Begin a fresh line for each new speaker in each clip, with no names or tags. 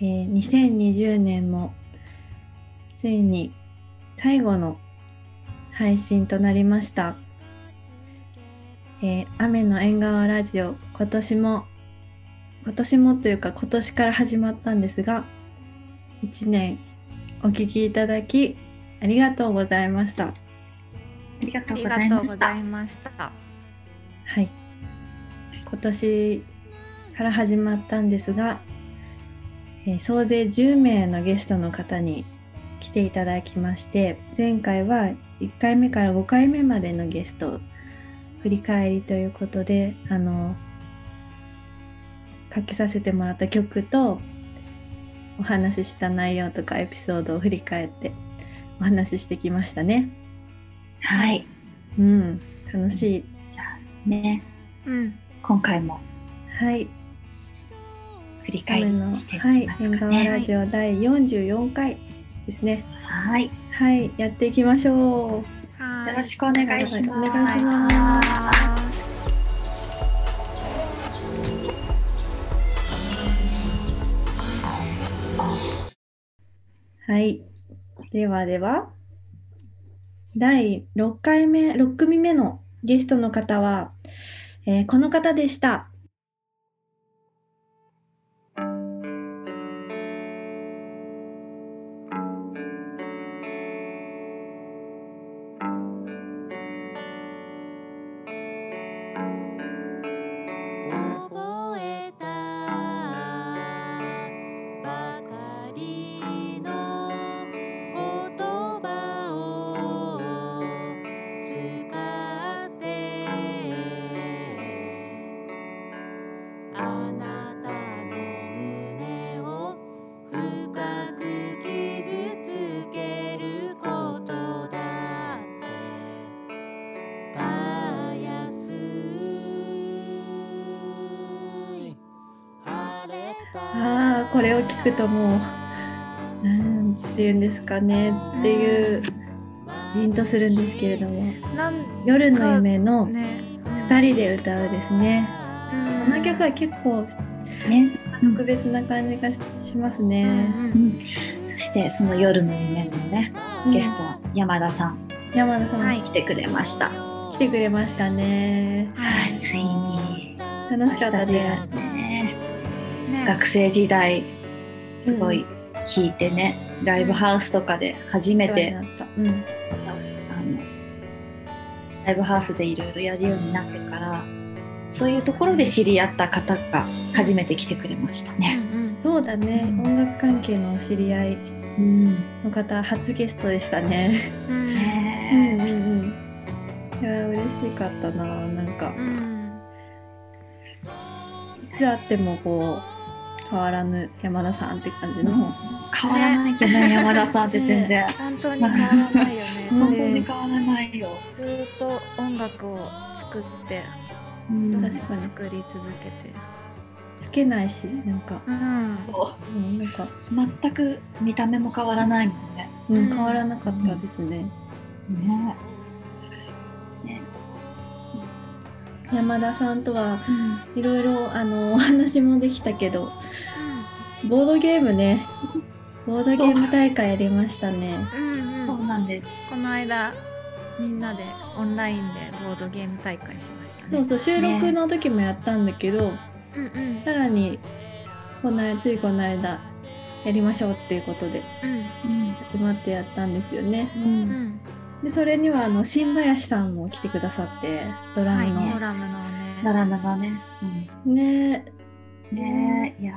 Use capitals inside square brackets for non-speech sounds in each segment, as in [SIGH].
えー2020年もついに最後の配信となりました。えー雨の縁側ラジオ今年も今年もというか今年から始まったんですが1年お聞きいただきありがとうございました。
ありが
あ
とう
り
ご
が
ざい
と
ま
うご
し
ざい
た。
ました。
はい、今年から始まったんですが、えー総勢10名のゲストの方に来ていただきまして前回は1回目から5回目までのゲストを振り返りということであのかけさせてもらった曲とお話しした内容とかエピソードを振り返ってお話ししてきましたね。
はい。
うん、楽しい。
ね、
うん。
今回も
はい
振り返
雨
り
の、
してい
は
き
い
ま、す
縁
か
側
ね。
ラジオ第44回ですね。
はい。よ
はい、やっていきましょう。
は
ろしくお願いします。
お願いしまはい、ではでは。第6回目、6組目のゲストの方は、えーこの方でした。
覚えたばかりの言葉を使ってあなたの胸を深く傷つけることだってたやすい晴れた
ああ、これを聞くともう、なんて言うんですかねっていう、じんとするんですけれども、
す。なん
夜の夢の
ね。
2人で歌うですね。こ
こ
の曲は結構
ね、
特別な感じがしますね。
うん。そしてその夜の夢のね、
うん
ゲスト山田さん
山田さん、
はい
来てくれました。
来てくれましたね。
はい、ついに
楽しかったです
私たちがね、
ね
学生時代すごい聞いてね、ライブハウスとかで初めて、
なった。うん。
あのライブハウスでいろいろやるようになってからそういうところで知り合った方が初めて来てくれました
う
ね。
ん
そうだね。
うん
音楽関係のお知り合い
うん
の方、初ゲストでしたね。
うん
ね
うん [LAUGHS] うん。いや嬉しかったな。なんか
う、ん
いつあってもこう変わらぬ山田さんって感じの。
変わらないけどね山田さんって全然、
本当に変わらないよね。
うん
本当に変わらないよ。
ずーっと音楽を作って、
うん
どんどん
確かに
作り続けて。
老けないし、なんか、
うん。
うん、なんか、
全く見た目も変わらないもんね。
う、
うんん
変わらなかったですね。
ね
山田さんとは
うん
いろいろあのお話もできたけど、ボードゲームね。ボードゲーム大会やりましたね。
うんう。
そうんなんです。
この間みんなでオンラインでボードゲーム大会しました
そう
ね。
そう収録の時もやったんだけど、
うんうん
さらにこの間ついこの間やりましょうっていうことで
う
うん
集まってやったんですよね。
うん
んうん。
でそれにはあの新林さんも来てくださってドラ
は
ム
い
の、
ドラムの
な
ね。
らならね。うん
ね
ねえいや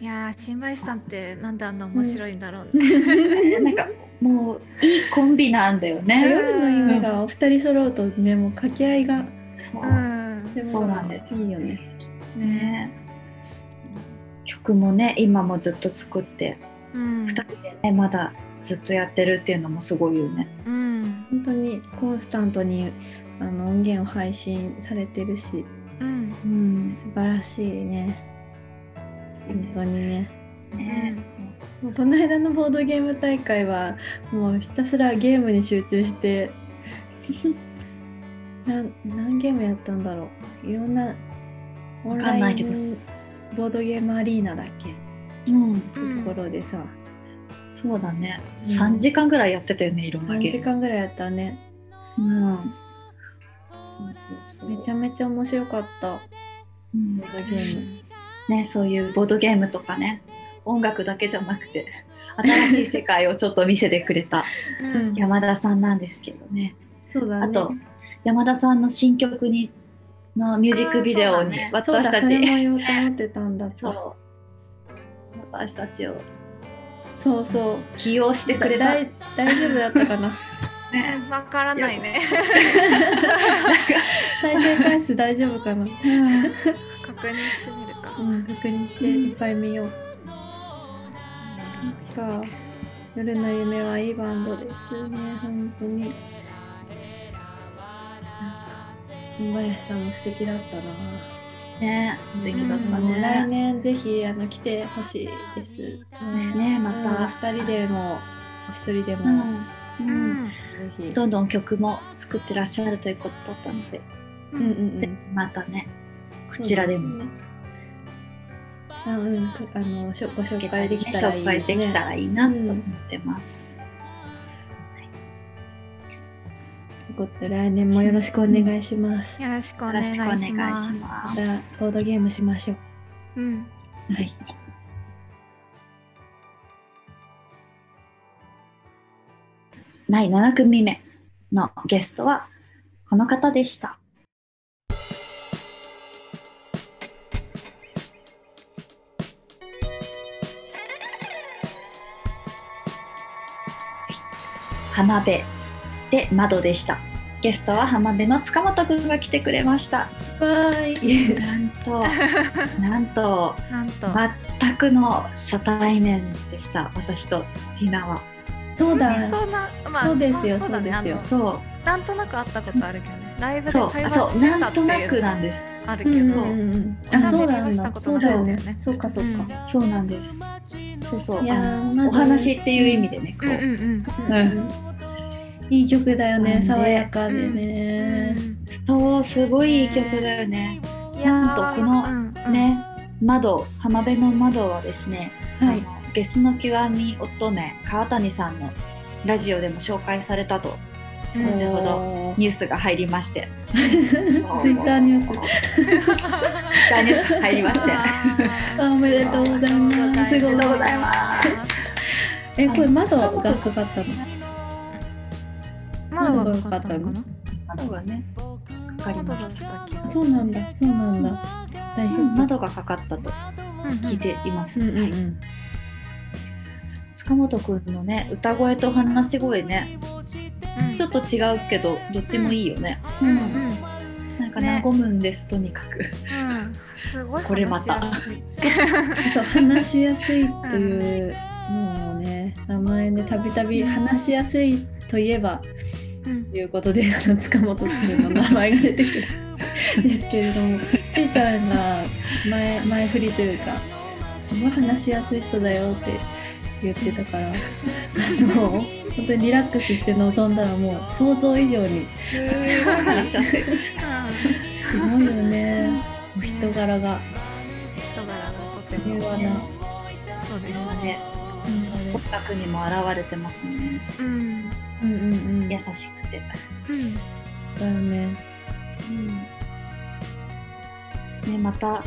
いやー新林さんってなんであんな面白いんだろうね。。
ーなんかもういいコンビなんだよね。
夜の夢がお二人揃うとねもう掛け合いが
そううん
でも
そうなんです
いいよね。
ね。
ね曲もね今もずっと作って
うん。
2人でねまだずっとやってるっていうのもすごいよね。
うん。
本当にコンスタントにあの音源を配信されてるし
うん。
うん、
素晴らしいね本当にね。
ね
もうこの間のボードゲーム大会はもうひたすらゲームに集中して [LAUGHS] なん何ゲームやったんだろういろんなオン
わかんないけど
ボードゲームアリーナだっけ
うん、
ところでさ、
そうだね、
ん
三3時間ぐらいやってたよねいろんな
3
ゲーム
時間ぐらいやったね
うんそうそうそう
めちゃめちゃ面白かった
うん
ボードゲーム
ね、そういうボードゲームとかね音楽だけじゃなくて新しい世界をちょっと見せてくれ
[LAUGHS]
た
うん
山田さんなんですけどね
そうだね
あと山田さんの新曲にのミュージックビデオに、
あ
そう
私
だ
た
それも
ち
言おうと思ってたんだ
そう
そう
私たちを
そうそう
起用してくれた
だい大丈夫だったかな
ね
わからないね。
再生回数大丈夫かな、
確認してみるか
う。ん、確認していっぱい見ようか夜の夢はいいバンドですね本当に新林さんも素敵だったな
ね素敵だった
うん来
ね。
年ぜひあの来てほしいです
ですねまた、
2人でもお一人でも、
うん
う
うん
ん。
ぜひ
どんどん曲も作ってらっしゃるということだったので
うんうんうん
またねこちらでも。
あうん、あのしょご紹介できたらい
紹
い
介
で
です
ね。
きたらいいなと思ってます。
ということで来年もよろしくお願いします。
よろしくお
よろ
願
しくお願い
いし
し
ます。
ま
ます。
たボードゲームしましょ
うん。
う。はい。
第7組目のゲストはこの方でした。浜辺で窓でした。ゲストは浜辺の塚本くんが来てくれました。
バイ。
なんと、なんと、
なんと。
全くの初対面でした。私とティナは。
そう
ね
だ。
そんな、ま
そうですよ
まあだね
そうですよ
あの
そう、
なんとなく会ったことあるけどね。ライブで
そう、
会
あ
話
そ
し
う、
てた
な
っ
ん
て
と
い
な
う
くなんです。
ある
う
け
ん
ど、
うんうんうん。あ、そうなんだ。そうだよね。そうかそうか。
そうなんです。そうそう、
いや
あの
ーまず
お話っていう意味でね、こ
うんうん
う、
うん
うん
いい曲だよ
なん
ね。
で
爽やかで
う
ね。
ん
そう、すごいいい曲だよね。
いやー
なんとこの
うんうん
ね、窓、浜辺の窓はですね、
はい。
あのゲスの極み乙女川谷さんのラジオでも紹介されたと
う
なんるほど
おー
ニュースが入りまして、
[LAUGHS] ツイッターニュース。
ス、ツイッターニュース入りま
[LAUGHS]
して、あ
あおめでとうございます。す
り
ごい
が。とうございます。
え、これ窓がかかったの。
まだ分かったのかな
窓がね、かかりま
ま
し
だ
た。
だった気が
そうなんだ。そうなんだ。大丈夫。
窓がかかったと聞いています。
うんうん
は
う
い
ん。
塚本くんのね歌声と話し声ねちょっ
と
と違うけどどっちもいいよね、う
うん
ん
うんうん
なんか
ね
和むんです、とにかく
すごい
これまた
話しやすい
そう話しやすいっていうのをね名前でたびたび話しやすいといえば
うん
ということで [LAUGHS] あの塚本っていうの名前が出てくるですけれどもちいちゃんが前前振りというかすごい話しやすい人だよって言ってたからあの本当にリラックスして臨んだらもう想像以上に
話しやすい
すごいよねお人柄が
人柄がとて
平
も
和な。
そうです
今
ね
ね音楽にも現れてますね
うん
うんうんうん
優しくて、
うん
だよね。
ねまた、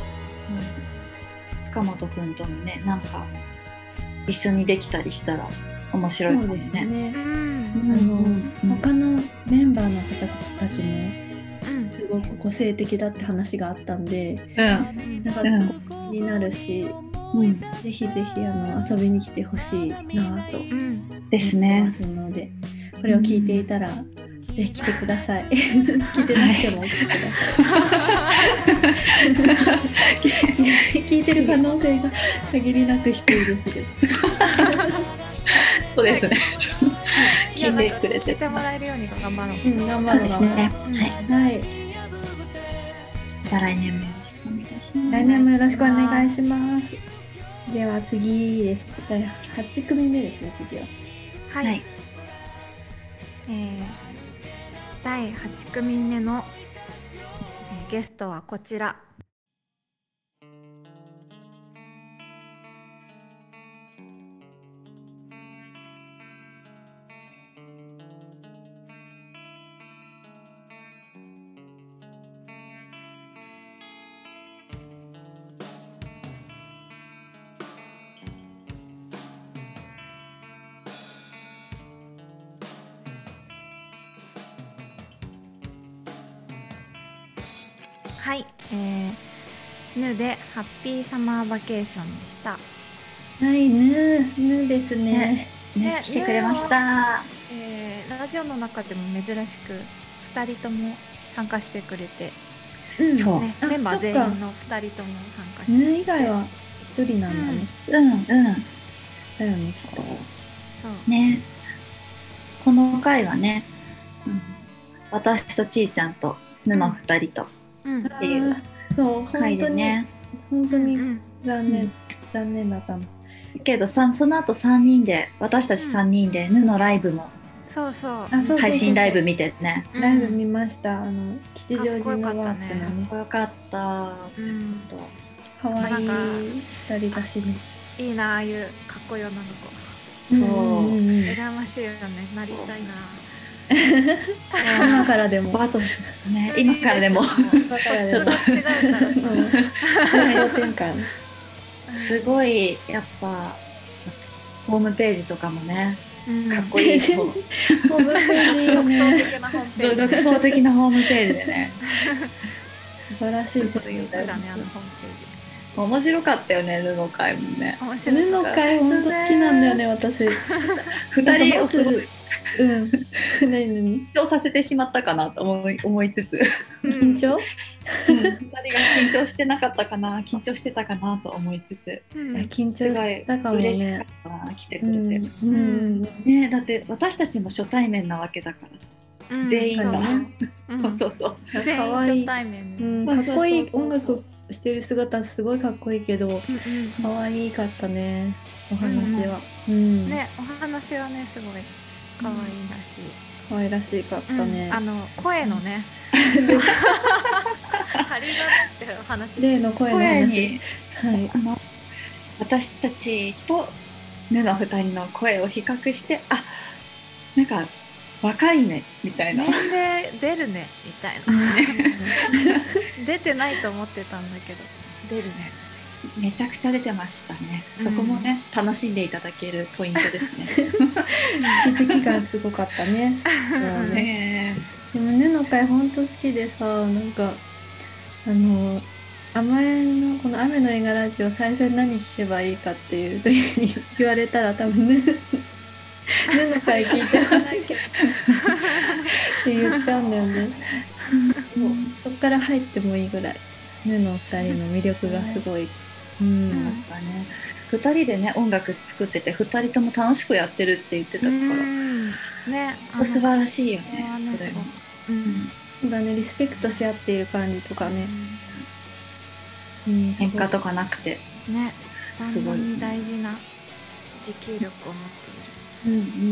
塚本くんともねなんか一緒にできたりしたら面白いかもね
ね
う。
うんんうんうん
他のメンバーの方たちも
うん
すごく個性的だって話があったんでなんか
うん
すごく気になるし、
うん
ぜひぜひあの遊びに来てほしいなぁと思い
うん
です
ま
ね
すのでこれを聞いていたら、ぜひ来てくだ [LAUGHS] さい聞いてなくても来てくださいいや [LAUGHS] 聞いてる可能性が限りなく低いですけど
そうですねちょっと
いや
聞いてくれ
なんか聞い
て
てもらえるように頑張ろう
うん頑張
[LAUGHS] そ
ろ
う
う
ですね
うん
はい
はい
また来年もよろしくお願いします。
来年もよろしくお願いします。では次です。第八組目ですね。次は。
はい、
はい
えー第8組目の、えーゲストはこちらはい、えー、ヌでハッピーサマーバケーションでした。
はい、ぬー、ぬーですね。
ね
ね、
来てくれました。
えー、ラジオの中でも珍しく2人とも参加してくれて、
うん
そう
ね、
あ
メンバー全
そっか
員の2人とも参加してくれ
ぬ
て
ー以外は一人なんだね。
うんうん。
だよね。
そう
そう、
ね。この回はね、うん、私とちーちゃんとぬの二人と
うん
っていう
あーそう、
回
本当
で
に、
ね。
本当
うん
に
うん
残念、
うん
残念だったの。
けどさその後三人で私たち三人でぬのライブも
そうそう
そうそう
配信ライブ見てね。
うん
ライブ見ました。あの吉祥寺のワープの
かっ
ね、
こよかった。
うん
ちょっ
可
かっこよかった
愛い
なん
二人だしね。
いいなああいうかっこいい女の子
とそう。
んんうん
羨ましいよねなりたいな
今からでも。
バトスね今から
[LAUGHS]
でも
今から
質
でも
が。違うから
そ
さ
う。方向転換。
すごいやっぱホームページとかもね
うん
かっこいい方
ホームページいいよ
独創
ね。
的なホームページ
[LAUGHS] 独創的なホームページでね
素晴らしい世界
そう
だ
だねあの
よ。
ホームページ
面白かったよね布の会もね
面白い
犬の会本当好きなんだよね私。
二人をすご
なん
い
うん。何何
緊張させてしまったかなと思い思いつつ
緊張？
二人が緊張してなかったかな緊張してたかなと思いつつ
うん
いうや
ん
緊張
すご
したかも
い嬉しかっ
ね。
たな来てく
う
れて、
んうん
ねだって私たちも初対面なわけだからさ、
うん
全員が
そうねうん
そうそう
全員
可愛い
初。対面
う
ね
ん
そ
か
う
っ
そうそうそう
こいい音楽してる姿すごいかっこいいけど
うん
可愛かったねお話は。うん
うん。ねお話はねすごい可愛いらしい
可愛らしかった
うん
ね
あ。の声のね [LAUGHS] 張りがってる話
例の声の
声
話。
に
はい。
あの私たちとヌの二人の声を比較してあなんか若いねみたいな、
年齢出るねみたいな出てないと思ってたんだけど出るね
めちゃくちゃ出てましたね
うん
そこもね、楽しんでいただけるポイント
[LAUGHS]
ですね
気づき感すごかったね。
うん
ね
ね
でもねの会ほんと好きでさなんかあの甘えのこの「雨の映画ラジオ」最初に何聞けばいいかっていう時に言われたら多分ねねの会聞いてほしいけどって言っちゃうんだよねもうそっから入ってもいいぐらいねのお二人の魅力がすごい、うん
なんかね2人でね音楽作ってて2人とも楽しくやってるって言ってたから、
うんねあの
素晴らしいよね
あの
それも
うん
そうだねリスペクトし合っている感じとかね、うん、すごい
喧嘩とかなくて
ねバ
す
ン
ご
ド
い
に大事な持久力を持
うんうん
っている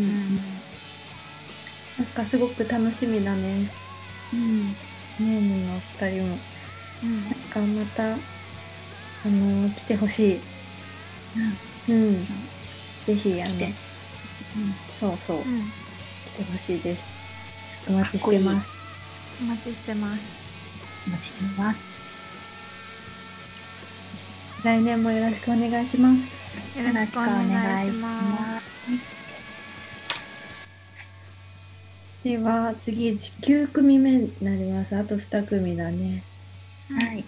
なんかすごく楽しみだね
うん
ねねのお二人も。
うんうん
なんかまた、あの来てほしい。うん。ぜひ、あの
来、て
そうそう、
うん
来てほしいです。お待ちしてます。
お待ちしてます
お待ちしてます
来年もよろしくお願いします。
よろしくお願いします
す
では、次、9組目になります。あと2組だね。
うん
はい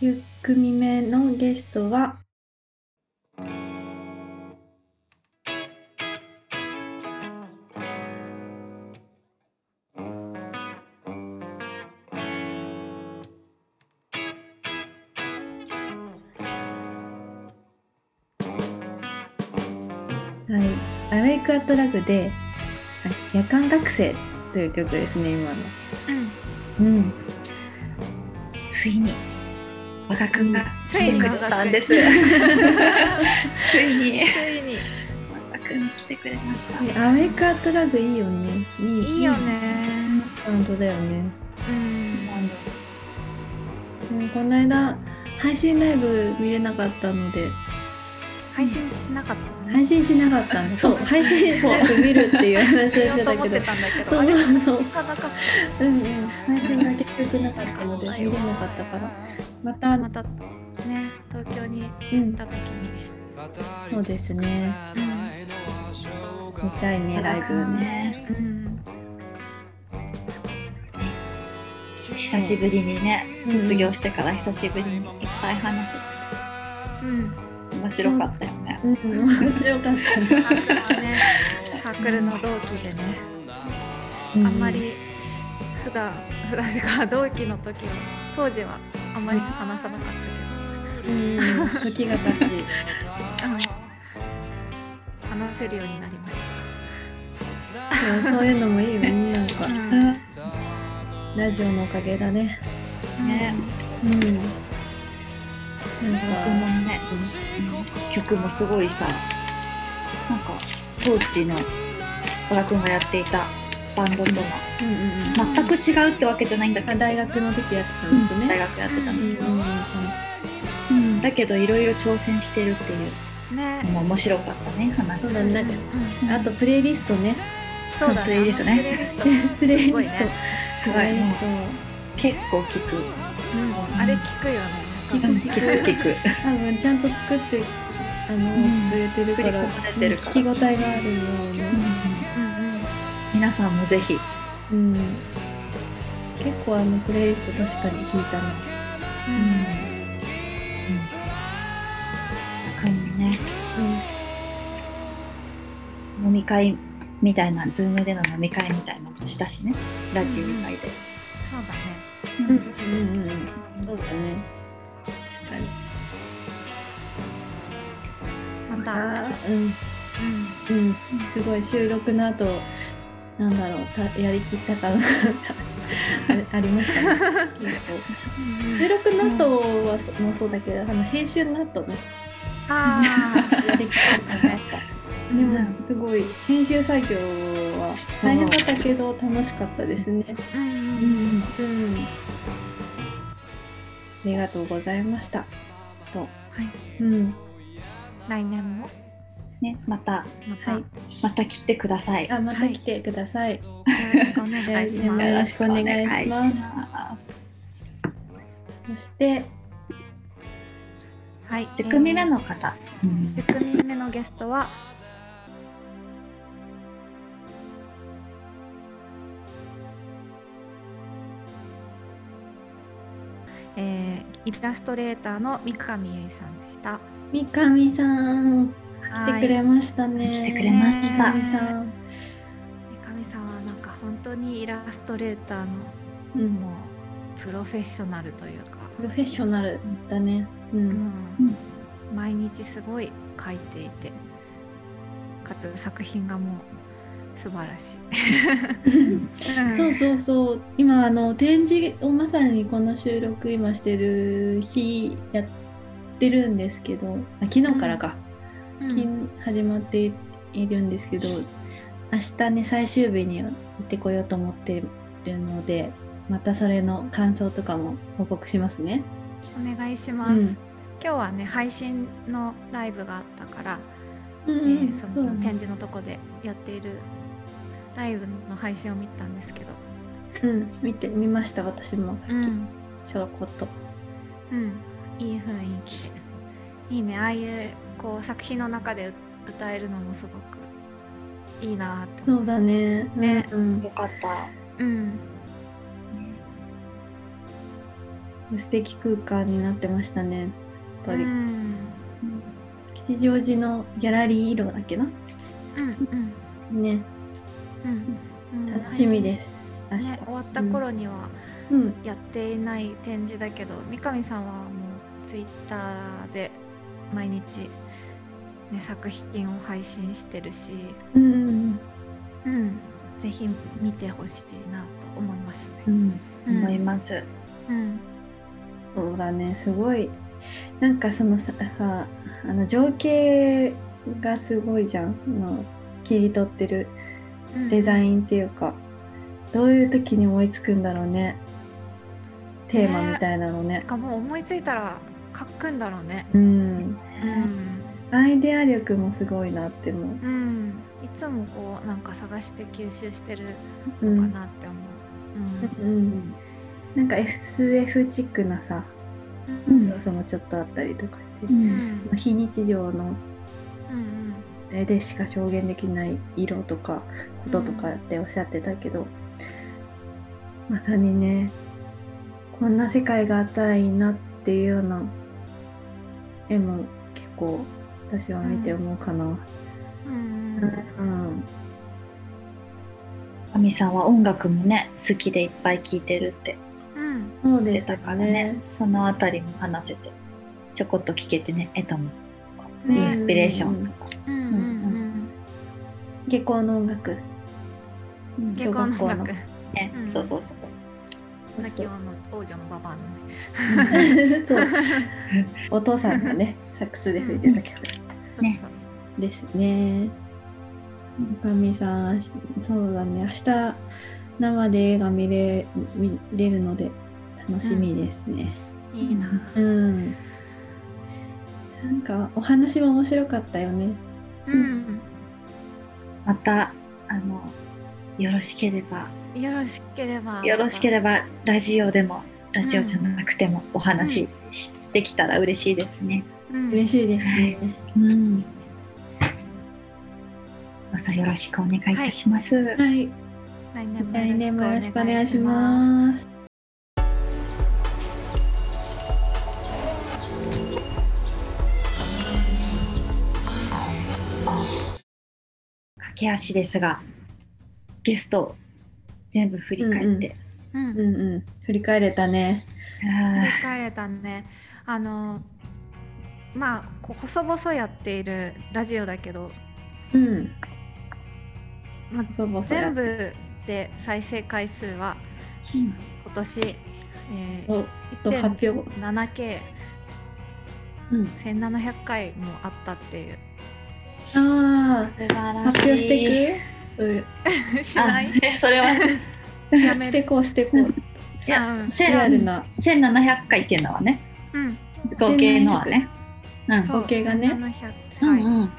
9組目のゲストは、はい、アウェイクアットラグで、あ夜間学生という曲ですね、今の。
うん
うん。
ついに我が君が
つ
来
い
て
に
くれたんです [LAUGHS] ついに
ついに
我が君来てくれました
ねアウェイクアットラグいいよね。いい
いいよ。ね
バンドだよね。
うん
うんこの間配信ライブ見れなかったので
配信しなかったね
配信しなかったんです。そう配信ライブ見るっていう話を
し
し
よ
て
うと
た
思っ
け
て
ど。
たんだけど
そうそうそう
あれ行かなかっ
うんうん。配信が結局なかったので見れなかったから。また、
たまたね東京に行
うん
った時に
そうですね。見たいねライブね。
うん
ね久しぶりにね、
うん
卒業してから久しぶりにいっぱい話す
うん
面白かったよね、
うん、面白かったね。
あのねサークルの同期でね
[LAUGHS] う
あんま。り普段普段とか同期の時は当時はあんまり話さなかった
うん、時が経ち。
けど、話せるようになりました
そうそういうのもいいよね、なんか
う。
ラジオのおかげだね。
ね
うん。
曲
なん
も
か、
ね、うん曲もすごいさなんか当時の小田君がやっていたバンドとは
うんうんうん。
全く違うってわけじゃないんだけ
あ
ど、
大学の時やってた
う
の
ん
と
大
ね。
学やってた
う
の、
んうんうん
うん、だけどいろいろ挑戦してるっていう
ね
のも面白かったね話
そうだねなんか
うん
あとプレイリストね。
そうだね
プレイリストね
プレイリスト
プレイリ
す
スト
ごいね、
すご
プ
い
レイリ
もう
スト
結構聞く
うん、あれ聞くよねなんか
うん
聞く聞く
多分ちゃんと作って、あの、
ん
くれてるか
作
ら
り込まれてるから
聞き応えがあるような。
うんうん
皆さんもぜひ
うん、結構あのプレイリスト確かに聞いたな。
中にね飲み会みたいなズームでの飲み会みたいなのもしたしねラジオ会で、
そうだね
う
うんん
うんうんうん。そうだね。
確かに
また、
あーうん
うん、
うん。すごい収録の後なんだろうたやりきった [LAUGHS] 感があありましたね。結構収録の後はそもそうだけど、あの編集の後ね
ああ
やりきった感があった。でもすごい編集作業は大変だったけど楽しかったですね。
うんうん
うんうん、ありがとうございました。と、
はい
うん、
来年も
ねまた
また、
はい
また来てください
あまた来てください。
よろしくお願いしま
よ
す
ろしくお願いします
よろくお願いします
そして、
はい
10組目の方、うん
10組目のゲストはえー、イラストレーターの三上由衣さんでした。
三上さん来てく
はい
れましたね。
来てくれました
三上さん、
三上さんはなんか本当にイラストレーター
う
の
ん、
もうプロフェッショナルというか、
プロフェッショナルだね。う、
うんん、毎日すごい描いていて、かつ作品がもう素晴らしい。
そうそうそう。今あの展示をまさにこの収録今してる日やってるんですけど、あ昨日からか。
うん、
最近始まっているんですけど、明日ね最終日に行ってこようと思ってるのでまたそれの感想とかも報告しますね。
お願いします、
うん
今日はね配信のライブがあったから、
う
え
ん
ーその展示のとこでやっているライブの配信を見たんですけど、
うん、見てみました私もさっき、
うん
ちょこっと。
うん、いい雰囲気でいいねああいうこう作品の中で歌えるのもすごくいいなと
そうだね。
ね
うん
よ、かった
うん
素敵空間になってましたね。やっぱり、
うん
吉祥寺のギャラリー色だっけな。
うんうん
ね、
うんうん
楽しみです。明
配
日
信しね、終わった頃には、
うん、
やっていない展示だけど三上さんはもうツイッターで毎日、ね、作品を配信してるし、
うんうん
うん、ぜひ見てほしいなと思いますね。
うん思い
うん
ます、
うん
そうだねすごいなんかそのささあの情景がすごいじゃんあの切り取ってる
うん
デザ
ン
インっていうか、どういう時に思いつくんだろうねテーマみたいなのね
かもう思いついたら書くんだろうね。
うん
うん
アイデア力もすごいなって思う
うん、いつもこうなんか探して吸収してる
う
のか
ん、
なって思う。
うん、なんか SF チックなさ
うん
うん
要素もちょっとあったりとかし
う
て、
うんん
非日常の
うん
絵でしか表現できない色とかこととかっておっしゃってたけど、まさにねこんな世界があったらいいなっていうような絵も結構私は見て思うかな。
うん
うん
亜美さんは音楽もね好きでいっぱい聴いてるって
うん
そう
言っ
で
て
す
たからね
ね。
そのあたりも話せてちょこっと聴けてね得たも
ね
インスピレーションとか、
うんうんうん
下校の音楽。
うん
下校
小学
の音
校の
楽
ね
うん
そうそうそう
泣き女の王女のババアの
[LAUGHS]
ね
そうお父さんがねサックスで吹いてた曲
そうそう
ですね。三上さんそうだね明日生で映画見れ見れるので楽しみですね。
いいな
うん。なんかお話も面白かったよね。
うん
またあのよろしければ
よろしければ
よろしけ
れ
ればラジオでもラジオじゃなくてもお話しできたら嬉しいですね。
ばうん
嬉しいですね。
うん。どうぞよろしくお願いいたします。
はい。
来年も
来年もよろしくお願いし
す
ます。
駆け足ですが、ゲストを全部振り返って、
うん
うんうん。振り返れたね。
あ
振り
ー
返れたねあのまあこう細々やっているラジオだけど、
うん。
まあ、
そうぼそや
全。部で再生回数は
うん
今年、え
おと発表。
1.7K
うん。
1700回もあったっていう
あ
素晴らし
あ
い。
発表していく。うん。
しない
あそれは、い
やめ
して
る
こうしてこう。
や、
うん
リアル
千
な。
1700回っていうのはね、
うん
合計のはね。うん。
そう
合計がね
1700
う
回
ん
うん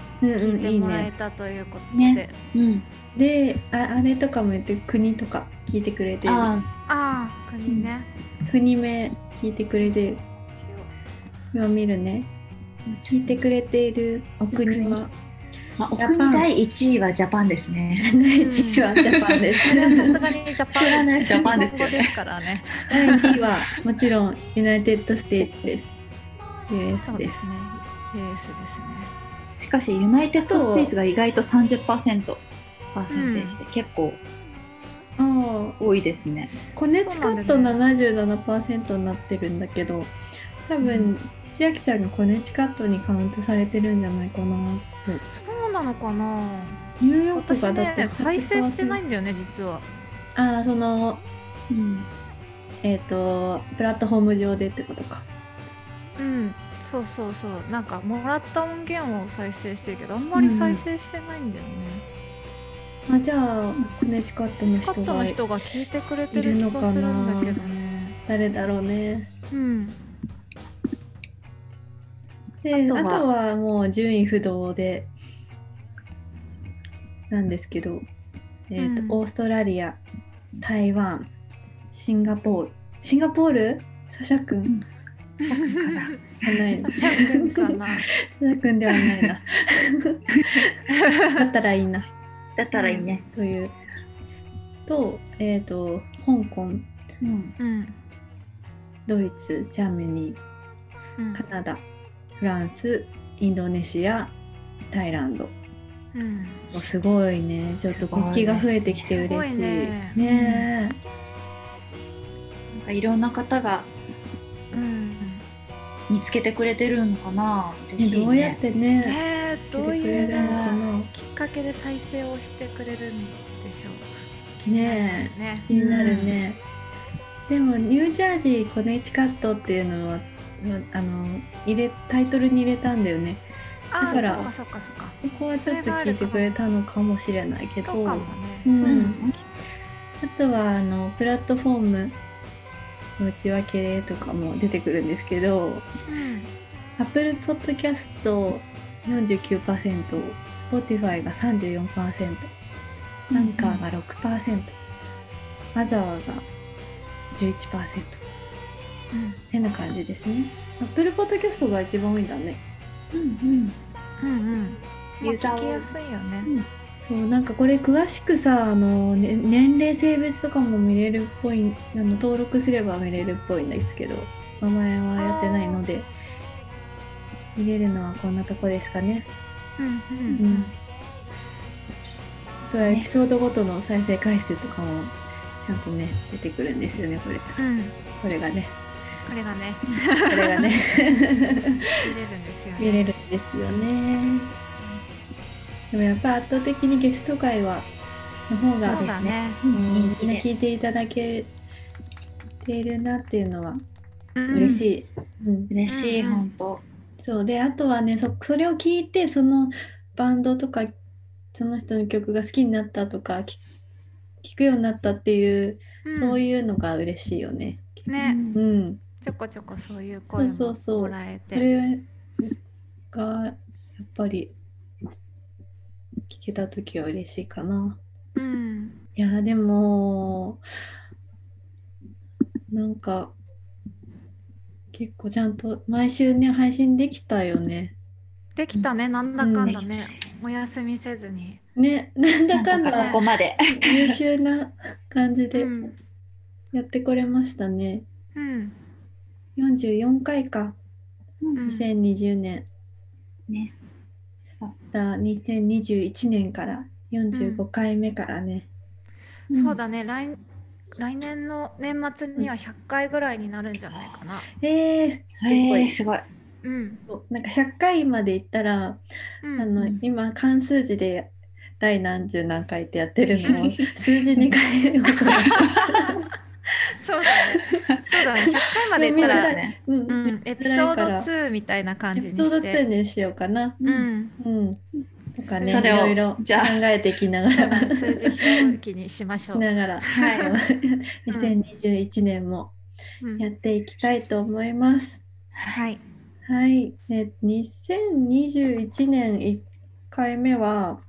うん
聞
い
いて
い
もらえ
ね。
たということで、
ねうん。
で、ああれとかも言って国とか聞いてくれてる。
あ
ああ国ね、
国名聞いてくれてる。
一
今見るね。
あ、
聞いてくれているお国は。
まあ、お
ジャパン
国第1位はジャパンですね。
第一位はジャパンです。
[LAUGHS] 応それはさすがにジャ
それ
パ
は
ン
ねジャパンですよね
日本語ですからね
第2位はもちろんユナイテッド・ステーツです。US です。
ね US ですね
しかしユナイテッド・ステイツが意外と30%パーセンテージで結構
ああ、
多いですね。
コネチカット77%になってるんだけど、多分、千秋ちゃんがコネチカットにカウントされてるんじゃないかな。
そうなのかな
ニューヨーク
私
がだって
ね再生してないいんだよね実は
ああ、その、
うん、
えっ、と、プラットフォーム上でってことか。
うんそうそうそうなんかもらった音源を再生してるけどあんまり再生してないんだよね、
あじゃあ、コネチカットの
カッ
人
トの人
が
が聞いてくれてる気がするんだけどね
誰だろうね。
うん
で、
あ
あ
と
と
は
はもう順位不動で、なんですけど、えーと
うん
オーストラリア、台湾、シンガポール。シンガポールサシャ君じゃ
[LAUGHS]
ないな。
シャークかな
サシャ君ではない
[LAUGHS]
な。だったらいいな、
だったらいいね。
という。と、えっ、と、香港、
うん、
うん、
ドイツ、ジャーメニー、
うん
カナダ、フランス、インドネシア、タイランド。
うん、
もうすごいね。ちょっと国旗が増えてきて嬉しい。
すごいね
ね
なんかいろんな方が
うん、
見つけてくれてるのかな。
え、
嬉しいね。
どうやってね、
えー、
来
どう
てく
い
れ
う
るのか
ね
な。
きっかけで再生をしてくれるんでしょう
ね
ね
え、気になるね。でもニュージャージーコネチカットっていうのは、うんあの入れタイトルに入れたんだよね。
あーそ
だか
っ
ら
かそっかそっか
ここはちょっと聞いてくれたのかもしれないけ
そ
ど、
うか
あ
もね、
うん
うん
とはあのプラットフォームの内訳とかも出てくるんですけど、
うん、
Apple Podcast 49%、Spotify が34%、アンカーが6%、マザーが11%てな感じですね。Apple Podcast が一番多いんだね。
うんうん
うんうんうんまあ
ユーザーを
聞きやすいよね
うん
そうなんかこれ詳しくさあの、ね年齢性別とかも見れるっぽいあの登録すれば見れるっぽいんですけど名前はやってないので見れるのはこんなとこですかね。
うんう
うんん、あとはエピソードごとの再生回数とかもちゃんとね出てくるんですよねこれ
うん、うん、
これがね
これがね
これが
[LAUGHS]
ね
見れるんですよね
見れるんですよね。でもやっぱ圧倒的にゲスト会はの方が
そう
で
だ
すね。
ね
うん
人気で
みんな聞いていただけているなっていうのは
うん
嬉しい。うん
嬉しい、
うんうん
本当
そうであとはねそそれを聞いてそのバンドとかその人の曲が好きになったとかき聞くようになったっていう、
うん
そういうのが嬉しいよね。
ね
うん、
ちょこちょこそういう声も
そうそうそう
もらえ
そ
て
れがやっぱり聞けた時は嬉しいかな。
うん
いやーでもなんか結構ちゃんと毎週ね配信できたよね。
できたねなんだかんだ
でき
ね、お休みせずに
ね [LAUGHS] なんだか
た
ん
なんとか
だ
ここまで
優秀な感じで
うん、
やってこれましたね。
うん
44回か
うん
2020年
ね
だ2021年から45回目からね。
そうだね来来年の年末には100回ぐらいになるんじゃないかな。
えー、すご
え
い
ー、。すごい
うん。
なんか100回までいったら
うん、
あの
うん
今漢数字で第何十何回ってやってるの [LAUGHS] を数字に変 [LAUGHS] えようと思って
そうだね。そうだね。100回までいった
だ
そう
ね
です
うん
ね
ら、うん、エピソード2みたいな
エ
感
ピ
じ
ソ
に
ード
し
2
て。
にしようかな。
うん。
うん、とかね
そ
い
れ
を
ろいろ考
じゃあ
えていきなが
そう
ら
だ
[LAUGHS]
ね数字表記にしましょう。
ながら、 [LAUGHS]
い
2021年も
うん
やっていきたいと思います。
はい。
はい、ね、2021年1回目は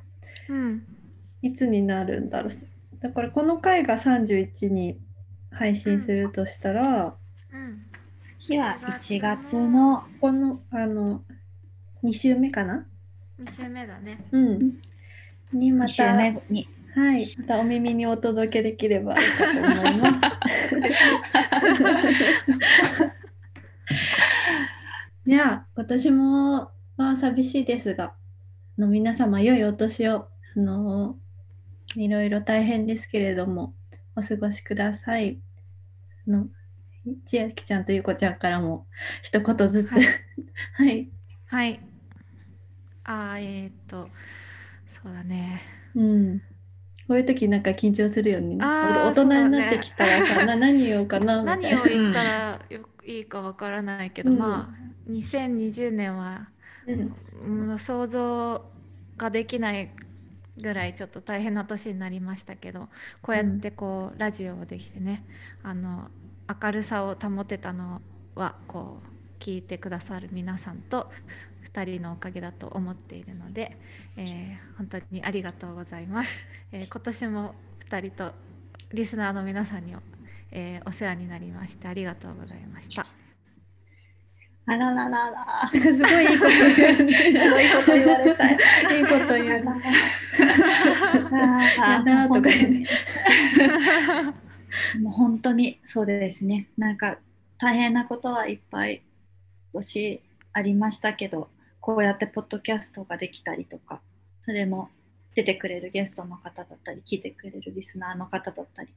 うん。
いつになるんだろうだからこの回が31に配信するとしたら、
うん。
日は1月の
このあの2週目かな、
2週目だね。
うん、にま
2週
た、はい、
目に
またお耳にお届けできればいいかと思います。
[LAUGHS]
じゃあ今年もは寂しいですがあの皆様良いお年をあのいろいろ大変ですけれどもお過ごしください。あの千秋ちゃんとゆうこちゃんからも一言ずつ、
はい
[LAUGHS] はい、
はい。あー、えーっと、そうだね。
うん。こういう時なんか緊張するよね。
あー
お大人になってきたらさ、
そうだね
な何言おうかなみたいな。
何を言ったらよくいいかわからないけど、
うん
まあ、2020年は
うん
うん、想像ができないぐらいちょっと大変な年になりましたけどこうやってこう、ラジオをできてねあの明るさを保てたのはこう聞いてくださる皆さんと2人のおかげだと思っているので、えー本当にありがとうございます。えー今年も2人とリスナーの皆さんに、えーお世話になりましてありがとうございました。
あらららら
すごいいいこと言うね。
す [LAUGHS] ごいこと言わ
[LAUGHS]
れちゃう
いいこと言う
[LAUGHS]
ね。
あ
やだーとか言うね。
[LAUGHS] もう本当にそうですねなんか大変なことはいっぱい年ありましたけどこうやってポッドキャストができたりとかそれも出てくれるゲストの方だったり聞いてくれるリスナーの方だったり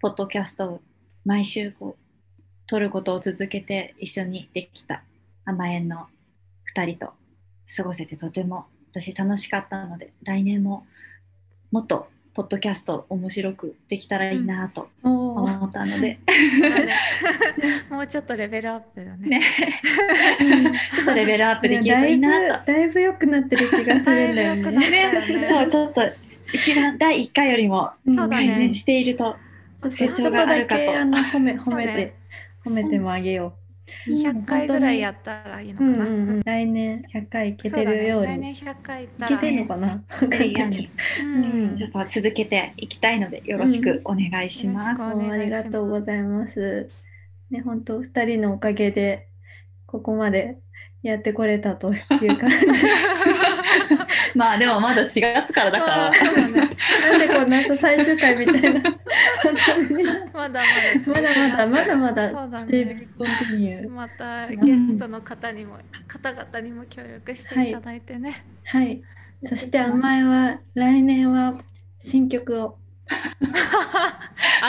ポッドキャストを毎週こう撮ることを続けて一緒にできた甘えんの2人と過ごせてとても私楽しかったので来年ももっとポッドキャスト面白くできたらいいなと [LAUGHS]
おー
思ったので、
そうだねもうちょっとレベルアップだね。
ねちょっとレベルアップできればいいな
だいぶだいぶ良くなってる気がするんだよ
だいぶ良く
ね
な。
と、
いぶね
そうちょっと一番第1回よりも
うん
そうだ
改
ね
善していると、成
ちょ
長
っと
があ
だ
るかと
けあの褒め
そ
褒
う
めて
ね
褒めてもあげよう。
200回ぐらいやったらいいの
う
か
ん
な。
うんうん来年100回いけ
そう
て
だ
る
ね
よう
来
に。
年100回いっ
い
た
け
ら。
てんのかな。 [LAUGHS] わかん
で
ない
きるよう
け
に
うん
うん
ちょっと続けていきたいのでよろしくお願いします。
よろ
ど
し
うもありがとうございます。ね、本当二人のおかげでここまでやってこれたという感じ
まあでもまだ4月からだから
まあそうだね
なんでこんな最終回みたいな本当に
まだ
まだまだまだまだ
そうだ
で
ね
コンティニュー
またゲストの方にも方々にも協力していただいてね、
はいそして甘えは来年は新曲を
[LAUGHS]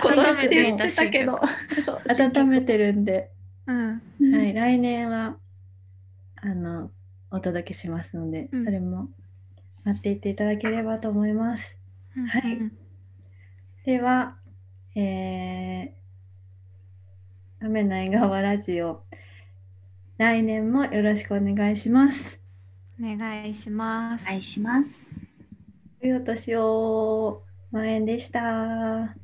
今
温
年
め
ってて
い
言ってたけど、そう
温めてるんで、
うん
は、い、来年はあのお届けしますので、
うん
それも待っていていただければと思います
うん
はい
うん
では、えー、雨の笑顔ラジオ、来年もよろしくお願いします。
お願いします、
お願いします。
良いお年を、まえんでした。